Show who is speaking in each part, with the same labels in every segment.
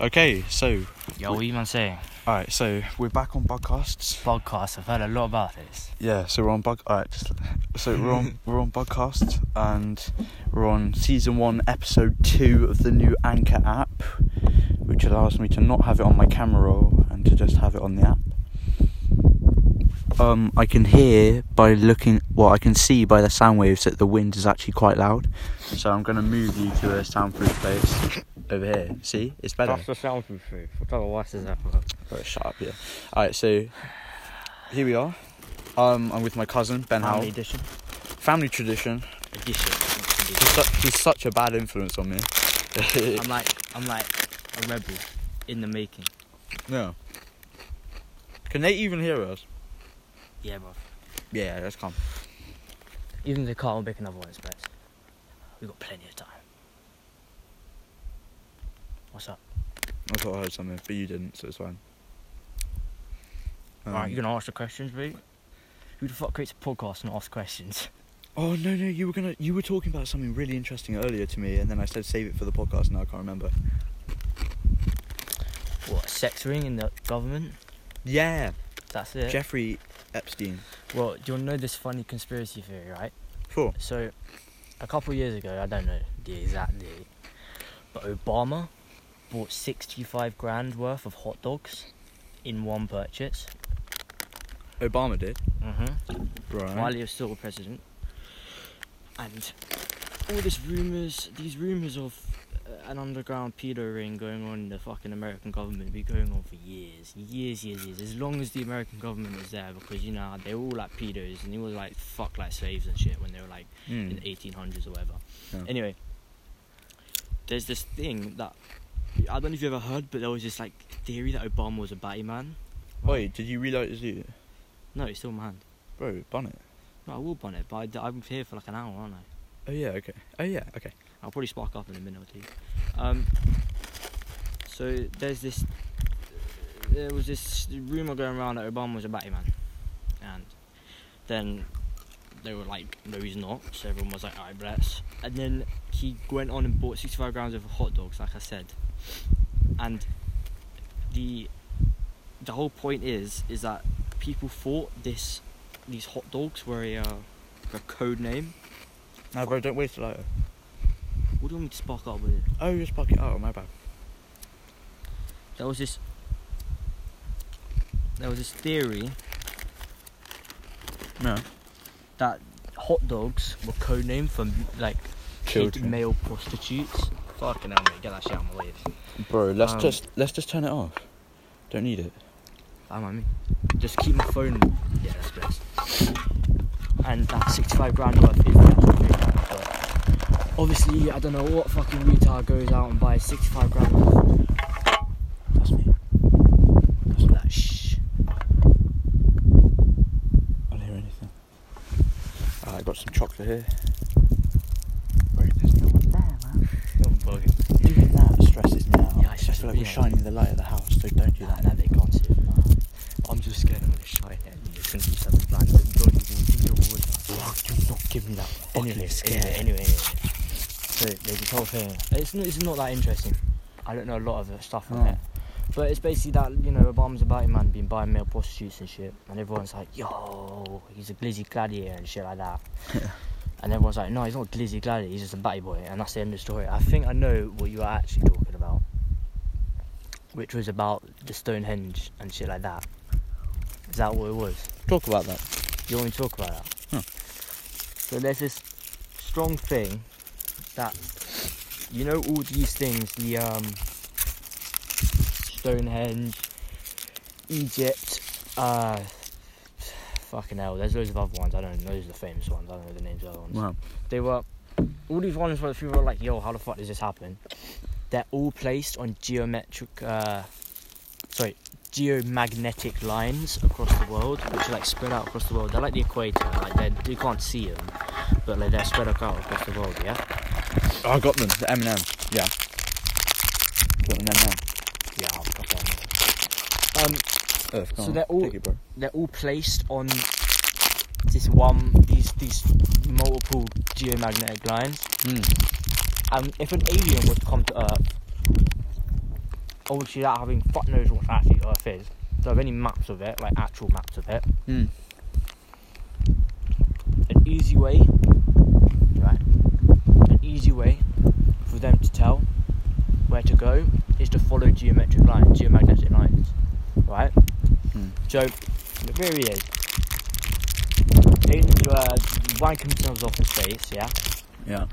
Speaker 1: Okay, so
Speaker 2: Yo, what you man saying?
Speaker 1: all right, so we're back on podcasts.
Speaker 2: Podcast, I've heard a lot about this.
Speaker 1: Yeah, so we're on bug. All right, just, so we're on we're on podcast, and we're on season one, episode two of the new Anchor app, which allows me to not have it on my camera roll and to just have it on the app. Um, I can hear by looking. Well, I can see by the sound waves that the wind is actually quite loud. So I'm gonna move you to a soundproof place over here. See, it's better.
Speaker 2: the sound from food. What the what is that for?
Speaker 1: Alright, shut up, yeah. Alright, so here we are. Um, I'm with my cousin Ben Howell.
Speaker 2: Family
Speaker 1: Family,
Speaker 2: edition.
Speaker 1: tradition.
Speaker 2: Edition.
Speaker 1: He's, su- he's such a bad influence on me.
Speaker 2: I'm like, I'm like a rebel in the making.
Speaker 1: no. Can they even hear us?
Speaker 2: Yeah, bro.
Speaker 1: Yeah, let's come.
Speaker 2: Even the car will make another one, it's best. We got plenty of time. What's up?
Speaker 1: I thought I heard something, but you didn't, so it's fine. Um,
Speaker 2: Alright, you gonna ask the questions, mate? Who the fuck creates a podcast and asks questions?
Speaker 1: Oh no no, you were gonna you were talking about something really interesting earlier to me, and then I said save it for the podcast, and now I can't remember.
Speaker 2: What, a sex ring in the government?
Speaker 1: Yeah,
Speaker 2: That's it.
Speaker 1: Jeffrey Epstein.
Speaker 2: Well, do you know this funny conspiracy theory, right?
Speaker 1: Cool.
Speaker 2: So, a couple years ago, I don't know the exact date, but Obama bought 65 grand worth of hot dogs in one purchase.
Speaker 1: Obama did.
Speaker 2: Mm-hmm.
Speaker 1: Right.
Speaker 2: While he was still president, and all this rumors, these rumors of uh, an underground pedo ring going on in the fucking American government, be going on for years, years, years, years. As long as the American government was there, because you know they were all like pedos, and they were like fuck like slaves and shit when they were like
Speaker 1: Mm.
Speaker 2: in the 1800s or whatever.
Speaker 1: Yeah.
Speaker 2: Anyway, there's this thing that I don't know if you ever heard, but there was this like theory that Obama was a batty man.
Speaker 1: Wait, did you reload his you?
Speaker 2: No, it's still in my hand.
Speaker 1: Bro, bonnet.
Speaker 2: No, I will bun it, but I, I'm here for like an hour, aren't I?
Speaker 1: Oh yeah, okay. Oh yeah, okay.
Speaker 2: I'll probably spark up in a minute or two. Um, so there's this. There was this rumor going around that Obama was a batty man, and then they were like, "No, he's not." So everyone was like, "Alright, but let's." And then he went on and bought 65 grams of hot dogs, like I said. And the the whole point is is that people thought this these hot dogs were a, uh, a code name.
Speaker 1: No, bro, don't waste a lighter.
Speaker 2: What do you want me to spark up with it?
Speaker 1: Oh, just park it. Oh, my bad.
Speaker 2: there was this there was this theory
Speaker 1: No.
Speaker 2: that hot dogs were codenamed for like kid
Speaker 1: Children.
Speaker 2: male prostitutes. Fucking hell, mate, get that shit out of my way.
Speaker 1: Bro, let's
Speaker 2: Um,
Speaker 1: just let's just turn it off. Don't need it.
Speaker 2: I'm on me. Just keep my phone. Yeah, that's best. And that 65 grand worth is definitely that, but obviously I don't know what fucking retard goes out and buys 65 grand worth. That's me. That's that. Shh.
Speaker 1: I don't hear anything. Ah, I got some chocolate here. Bro, there's no one there, man.
Speaker 2: Don't bug it.
Speaker 1: Doing that stresses me out.
Speaker 2: Yeah, I
Speaker 1: I just feel like
Speaker 2: should
Speaker 1: we're
Speaker 2: be.
Speaker 1: shining the light of the house, so don't do
Speaker 2: Nah,
Speaker 1: that.
Speaker 2: nah, they can't see it. Nah. I'm just scared I'm gonna shine at you. It's gonna be something blind. Don't even give me a word.
Speaker 1: Why do not give me that fucking
Speaker 2: Anyway,
Speaker 1: scare.
Speaker 2: anyway, anyway, anyway. So there's this whole thing. It's not, it's not that interesting. I don't know a lot of the stuff on
Speaker 1: No.
Speaker 2: it. But it's basically that, you know, Obama's a batty man being buying male prostitutes and shit. And everyone's like, yo, he's a glizzy gladiator and shit like that. and everyone's like, no, he's not a glizzy gladiator, he's just a batty boy. And that's the end of the story. I think I know what you are actually talking about. Which was about the Stonehenge and shit like that. Is that what it was?
Speaker 1: Talk about that.
Speaker 2: You want me to talk about that?
Speaker 1: No.
Speaker 2: So there's this strong thing that you know all these things, the um Stonehenge, Egypt, uh fucking hell, there's loads of other ones, I don't know those are the famous ones, I don't know the names of the other ones.
Speaker 1: Wow.
Speaker 2: They were all these ones where people were like, yo, how the fuck does this happen? They're all placed on geometric uh sorry, geomagnetic lines across the world, which are like spread out across the world. They're like the equator, like they're, you can't see them, but like they're spread out across the world. Yeah,
Speaker 1: Oh, I got them. The M and M. Yeah. Got an M
Speaker 2: yeah. I've got that. Um,
Speaker 1: and M.
Speaker 2: So they're all-
Speaker 1: Take it, bro.
Speaker 2: they're all placed on this one, these these multiple geomagnetic lines.
Speaker 1: Mm.
Speaker 2: And if an alien would come to Earth, obviously that having fuck knows what actually Earth is. Don't have any maps of it, like actual maps of it.
Speaker 1: Mm.
Speaker 2: An easy way, right? An easy way for them to tell where to go is to follow geometric lines, geomagnetic lines, right?
Speaker 1: Hmm.
Speaker 2: So the theory is, aliens uh, wanking themselves off in space, yeah,
Speaker 1: Yeah.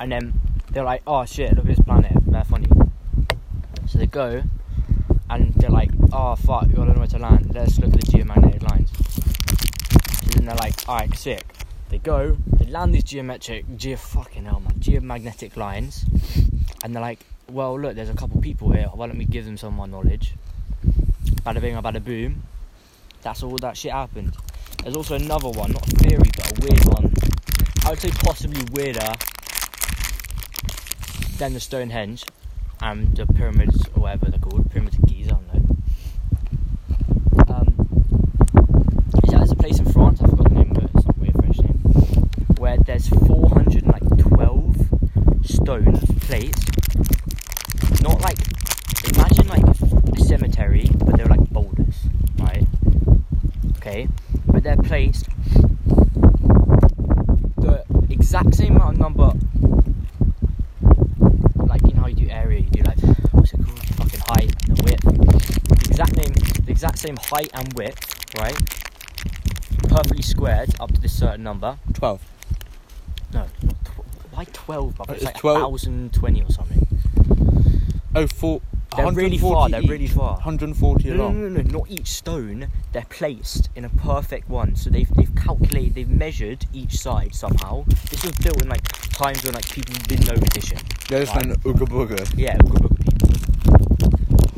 Speaker 2: and then they're like, oh shit, look at this planet, they're funny. So they go, and they're like, oh fuck, we don't know where to land. Let's look at the geomagnetic lines. So then they're like, alright, sick. They go, they land these geometric, geo fucking hell, man, geomagnetic lines, and they're like, well, look, there's a couple people here. Why don't we give them some of our knowledge? Bada bing, bada boom. That's all that shit happened. There's also another one, not a theory, but a weird one. I would say possibly weirder than the Stonehenge and the pyramids or whatever they're called, pyramids of Giza, I don't know. Um, is that there's a place in France, I forgot the name, but it's not a weird French name, where there's 412 stone plates. Not like, imagine like a cemetery, but they're like boulders, right? Okay, but they're placed the exact same amount of number like you know how you do area, you do like what's it called? Fucking height and the width. The exact name the exact same height and width, right? Perfectly squared up to this certain number.
Speaker 1: Twelve.
Speaker 2: No, not tw- why twelve, but it's,
Speaker 1: It's
Speaker 2: like
Speaker 1: 12.
Speaker 2: thousand twenty or something.
Speaker 1: Oh, four.
Speaker 2: They're really far,
Speaker 1: 140
Speaker 2: they're
Speaker 1: each.
Speaker 2: really far. Mm.
Speaker 1: 140
Speaker 2: No, no,
Speaker 1: along.
Speaker 2: no, no, not each stone. They're placed in a perfect one. So they've, they've calculated, they've measured each side somehow. This was built in like times when like people didn't know addition.
Speaker 1: Yeah, this
Speaker 2: Right.
Speaker 1: man, Ooga Booga.
Speaker 2: Yeah, good book of people.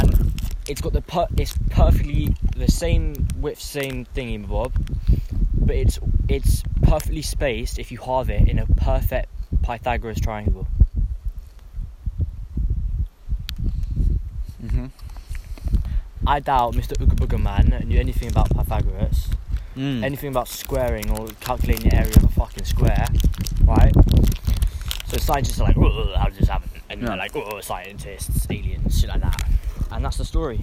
Speaker 2: And it's got the per- it's perfectly the same width, same thingy bob, but it's it's perfectly spaced if you halve it in a perfect Pythagoras triangle.
Speaker 1: Mm-hmm.
Speaker 2: I doubt Mr. Ooga Booga Man knew anything about Pythagoras,
Speaker 1: Mm.
Speaker 2: anything about squaring or calculating the area of a fucking square, right? So scientists are like, "Whoa, how does this happen? And
Speaker 1: Yeah.
Speaker 2: they're like, oh, scientists, aliens, shit like that. And that's the story.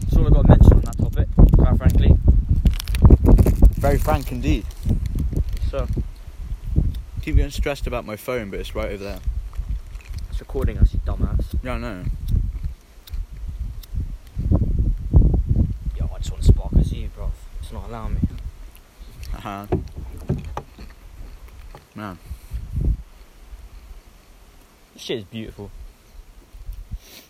Speaker 2: That's all I've got to mention on that topic, quite frankly.
Speaker 1: Very frank indeed.
Speaker 2: So,
Speaker 1: Keep getting stressed about my phone, but it's right over there.
Speaker 2: it's recording us, you dumbass.
Speaker 1: Yeah, I know.
Speaker 2: Yo, I just want to spark as you, bro. It's not allowing me.
Speaker 1: Haha. Man.
Speaker 2: This shit is beautiful.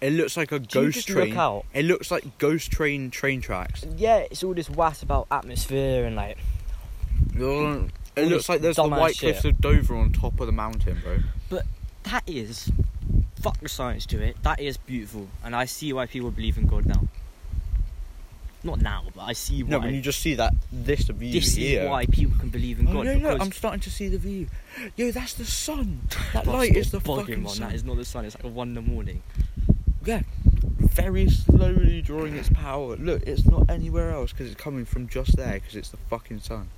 Speaker 1: It looks like a
Speaker 2: Do you
Speaker 1: ghost
Speaker 2: just
Speaker 1: train.
Speaker 2: look out?
Speaker 1: It looks like ghost train train tracks.
Speaker 2: Yeah, it's all this wass about atmosphere and like.
Speaker 1: They're all on- It
Speaker 2: All
Speaker 1: looks
Speaker 2: this
Speaker 1: like there's the
Speaker 2: dumbass
Speaker 1: white
Speaker 2: shit.
Speaker 1: cliffs of Dover on top of the mountain, bro.
Speaker 2: That is. Fuck the science to it. That is beautiful. And I see why people believe in God now. Not now, but I see why.
Speaker 1: No, when you just see that, this of you
Speaker 2: this
Speaker 1: here.
Speaker 2: is why people can believe in
Speaker 1: Oh,
Speaker 2: God.
Speaker 1: no, no,
Speaker 2: because
Speaker 1: I'm starting to see the view. Yo, that's the sun. That
Speaker 2: Bugs
Speaker 1: light is the
Speaker 2: got bugging
Speaker 1: fucking
Speaker 2: one.
Speaker 1: sun.
Speaker 2: That is not the sun. It's like a one in the morning.
Speaker 1: Yeah, very slowly drawing its power. Look, it's not anywhere else because it's coming from just there because it's the fucking sun.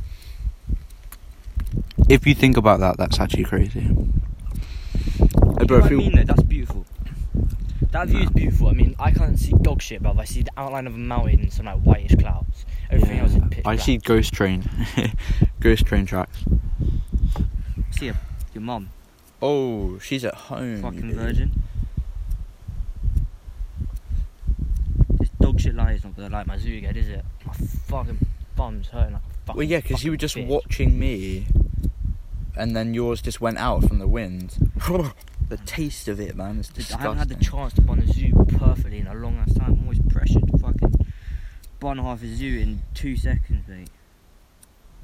Speaker 1: If you think about that, that's actually crazy. Hey, bro,
Speaker 2: You know what
Speaker 1: if
Speaker 2: I
Speaker 1: you-
Speaker 2: mean, though, that's beautiful. That view
Speaker 1: Nah.
Speaker 2: is beautiful. I mean, I can't see dog shit, but I see the outline of a mountain and some like whitish clouds. Everything else is pitch
Speaker 1: I
Speaker 2: black.
Speaker 1: see ghost train, ghost train tracks.
Speaker 2: See ya, your mum,
Speaker 1: Oh, she's at home. you
Speaker 2: fucking
Speaker 1: idiot.
Speaker 2: virgin. This dog shit light is not gonna light my zoo again, is it? My fucking bum's hurting like a fucking.
Speaker 1: Well, yeah, because you were
Speaker 2: fucking
Speaker 1: just
Speaker 2: bitch.
Speaker 1: watching me, and then yours just went out from the wind. the taste of it, man, is
Speaker 2: Dude,
Speaker 1: disgusting.
Speaker 2: I haven't had the chance to bun a zoo perfectly in a long ass time. I'm always pressured to fucking bun half a zoo in two seconds, mate.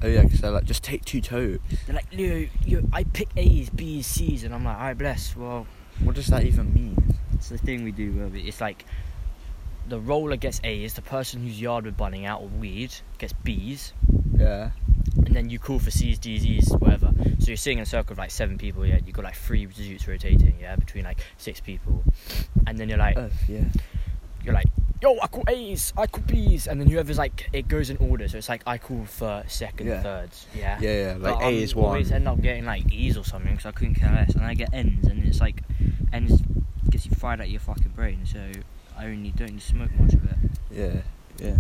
Speaker 1: oh yeah, because they're like, just take two toes.
Speaker 2: They're like, Leo, you, I pick A's, B's, C's, and I'm like, I bless. Well,
Speaker 1: What does that even mean?
Speaker 2: it's the thing we do. where we- It's like the roller gets A's, the person whose yard we're bunning out or weed gets B's,
Speaker 1: Yeah.
Speaker 2: and then you call for C's, D's, E's, whatever. So you're sitting in a circle of like seven people, yeah. You've got like three zoots rotating, yeah, between like six people, and then you're like,
Speaker 1: Oh yeah.
Speaker 2: you're like, yo, I call A's, I call B's, and then whoever's like, it goes in order. So it's like I call first, second,
Speaker 1: Yeah.
Speaker 2: thirds, yeah.
Speaker 1: Yeah, yeah. Like
Speaker 2: But
Speaker 1: A
Speaker 2: I'm
Speaker 1: is
Speaker 2: Always
Speaker 1: one.
Speaker 2: end up getting like E's or something because I couldn't care less, and I get N's, and it's like
Speaker 3: and it gets you fried out of your fucking brain. So I only don't smoke much of it.
Speaker 1: Yeah, yeah,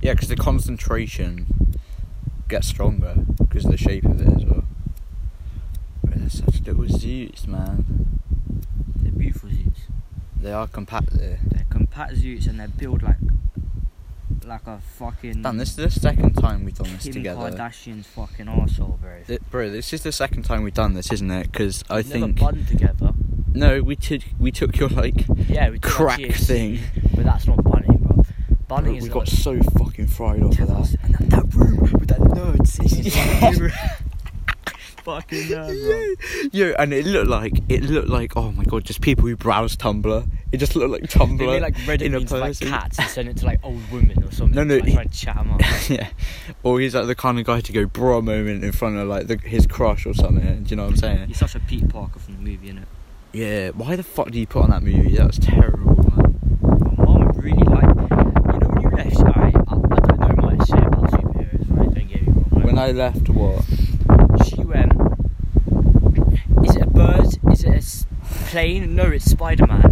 Speaker 1: yeah. Because the concentration gets stronger because of the shape of it as well. But they're such little zoots, man.
Speaker 3: They're beautiful zoots.
Speaker 1: They are compact. There.
Speaker 3: They're compact zoots and they're built like like a fucking.
Speaker 1: Dan, this is the second time we've done this
Speaker 3: Kim
Speaker 1: together.
Speaker 3: Kardashian's fucking arsehole, bro.
Speaker 1: Th- bro, this is the second time we've done this, isn't it? Because I
Speaker 2: Never
Speaker 1: think
Speaker 2: bond together.
Speaker 1: no, we took we took your like
Speaker 2: Yeah, we took our
Speaker 1: crack
Speaker 2: THC,
Speaker 1: thing.
Speaker 2: but that's not bunning, bro. Bunning
Speaker 1: Bro,
Speaker 2: is
Speaker 1: we
Speaker 2: like-
Speaker 1: got so fucking fried off of that.
Speaker 2: and that, that room with that nerd sitting in the
Speaker 3: fucking
Speaker 2: uh,
Speaker 3: nerd, bro.
Speaker 1: Yeah, yeah, and it looked like it looked like oh my god, just people who browse Tumblr. It just looked like Tumblr
Speaker 2: They made like Reddit
Speaker 1: in a
Speaker 2: memes for, like
Speaker 1: person.
Speaker 2: cats and send it to like old women or something.
Speaker 1: No, no,
Speaker 2: like,
Speaker 1: he-
Speaker 2: try to chat 'em up.
Speaker 1: yeah, or he's like the kind of guy to go bra moment in front of like the, his crush or something. Do you know what I'm saying?
Speaker 3: He's such a Pete Parker from the movie, innit?
Speaker 1: Yeah. Why the fuck did you put on that movie? That was terrible, man.
Speaker 2: My mum really liked. You know when you left, I, I, I don't know much shit about superheroes, right? Don't get me wrong. Like,
Speaker 1: When I left, what?
Speaker 2: she went, is it a bird? Is it a s- plane? No, it's Spider Man.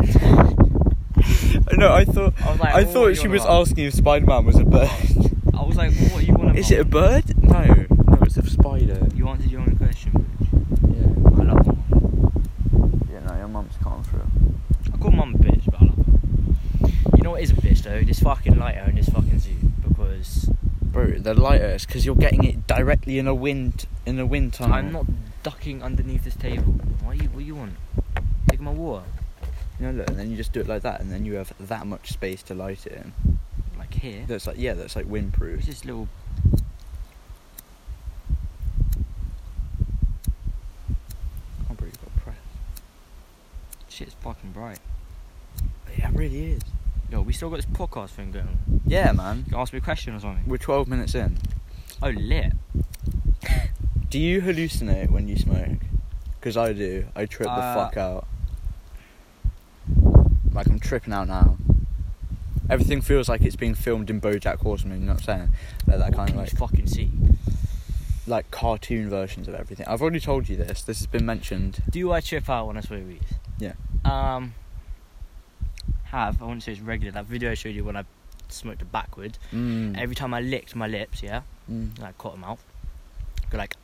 Speaker 1: No, I thought
Speaker 2: I was like,
Speaker 1: I
Speaker 2: "Oh,
Speaker 1: thought she
Speaker 2: you're
Speaker 1: was
Speaker 2: not."
Speaker 1: asking if Spider-Man was a bird.
Speaker 2: I was like, what do you want?
Speaker 1: Is it a bird? No, no, it's a spider.
Speaker 2: You answered your own question. Bitch.
Speaker 1: Yeah.
Speaker 2: I love my mum.
Speaker 1: Yeah, no, your mum's calm through.
Speaker 2: I call mum a bitch, but I love her. You know what is a bitch though? This fucking lighter and this fucking zoo because
Speaker 1: Bro, the lighter is because you're getting it directly in a wind in a wind tunnel.
Speaker 2: I'm not ducking underneath this table. Why you? What do you want? Take my water.
Speaker 1: You know, look, and then you just do it like that, and then you have that much space to light it in.
Speaker 2: Like here.
Speaker 1: That's like yeah, that's like
Speaker 2: It's
Speaker 1: windproof.
Speaker 2: this little.
Speaker 1: Oh, bro, you've got press.
Speaker 2: Shit's fucking bright.
Speaker 1: Yeah, it really is.
Speaker 2: Yo, we still got this podcast thing going. on.
Speaker 1: Yeah, man.
Speaker 2: You can ask me a question or something.
Speaker 1: We're 12 minutes in.
Speaker 2: Oh, lit.
Speaker 1: Do you hallucinate when you smoke? Because I do. I trip
Speaker 2: Uh,
Speaker 1: the fuck out. Like I'm tripping out now. Everything feels like it's being filmed in BoJack Horseman. You know what I'm saying? Like that
Speaker 2: What
Speaker 1: kind
Speaker 2: can
Speaker 1: of like
Speaker 2: you fucking see?
Speaker 1: like cartoon versions of everything. I've already told you this. This has been mentioned.
Speaker 2: Do I trip out when I smoke weed?
Speaker 1: Yeah.
Speaker 2: Um. Have I wouldn't say it's regular. That video I showed you when I smoked it backward.
Speaker 1: Mm.
Speaker 2: Every time I licked my lips, yeah,
Speaker 1: mm.
Speaker 2: like caught them out. Go like,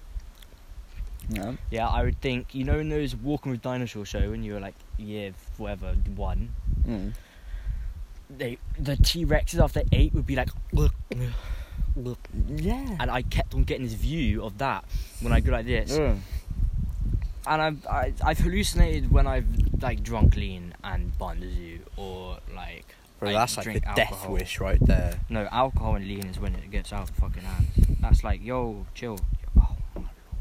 Speaker 1: Yeah.
Speaker 2: yeah. I would think you know in those Walking with Dinosaur show when you were like year whatever one.
Speaker 1: Mm.
Speaker 2: They the T Rexes after they ate would be like,
Speaker 1: Yeah.
Speaker 2: Mm. and I kept on getting this view of that when I go like this.
Speaker 1: Yeah.
Speaker 2: and I've I, I've hallucinated when I've like drunk lean and bond zoo or like
Speaker 1: Bro,
Speaker 2: I
Speaker 1: that's like
Speaker 2: drink
Speaker 1: the death
Speaker 2: alcohol.
Speaker 1: wish right there.
Speaker 2: no alcohol and lean is when it gets out of fucking hands. That's like yo chill. Oh, my Lord.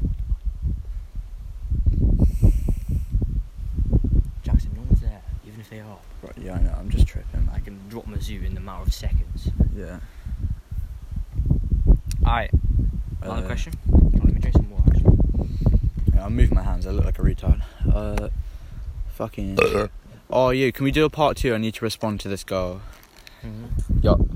Speaker 2: Jackson, no one's there. Even if they are,
Speaker 1: Right, yeah, I know. I'm just tripping.
Speaker 2: I
Speaker 1: Like,
Speaker 2: can drop my zoo in the matter of seconds.
Speaker 1: yeah.
Speaker 2: All right,
Speaker 1: Uh,
Speaker 2: another question. Oh, let me drink some water. Actually.
Speaker 1: Yeah, I'm moving my hands. I look like a retard. Uh, fucking. oh, you. Can we do a part two? I need to respond to this girl. Yup.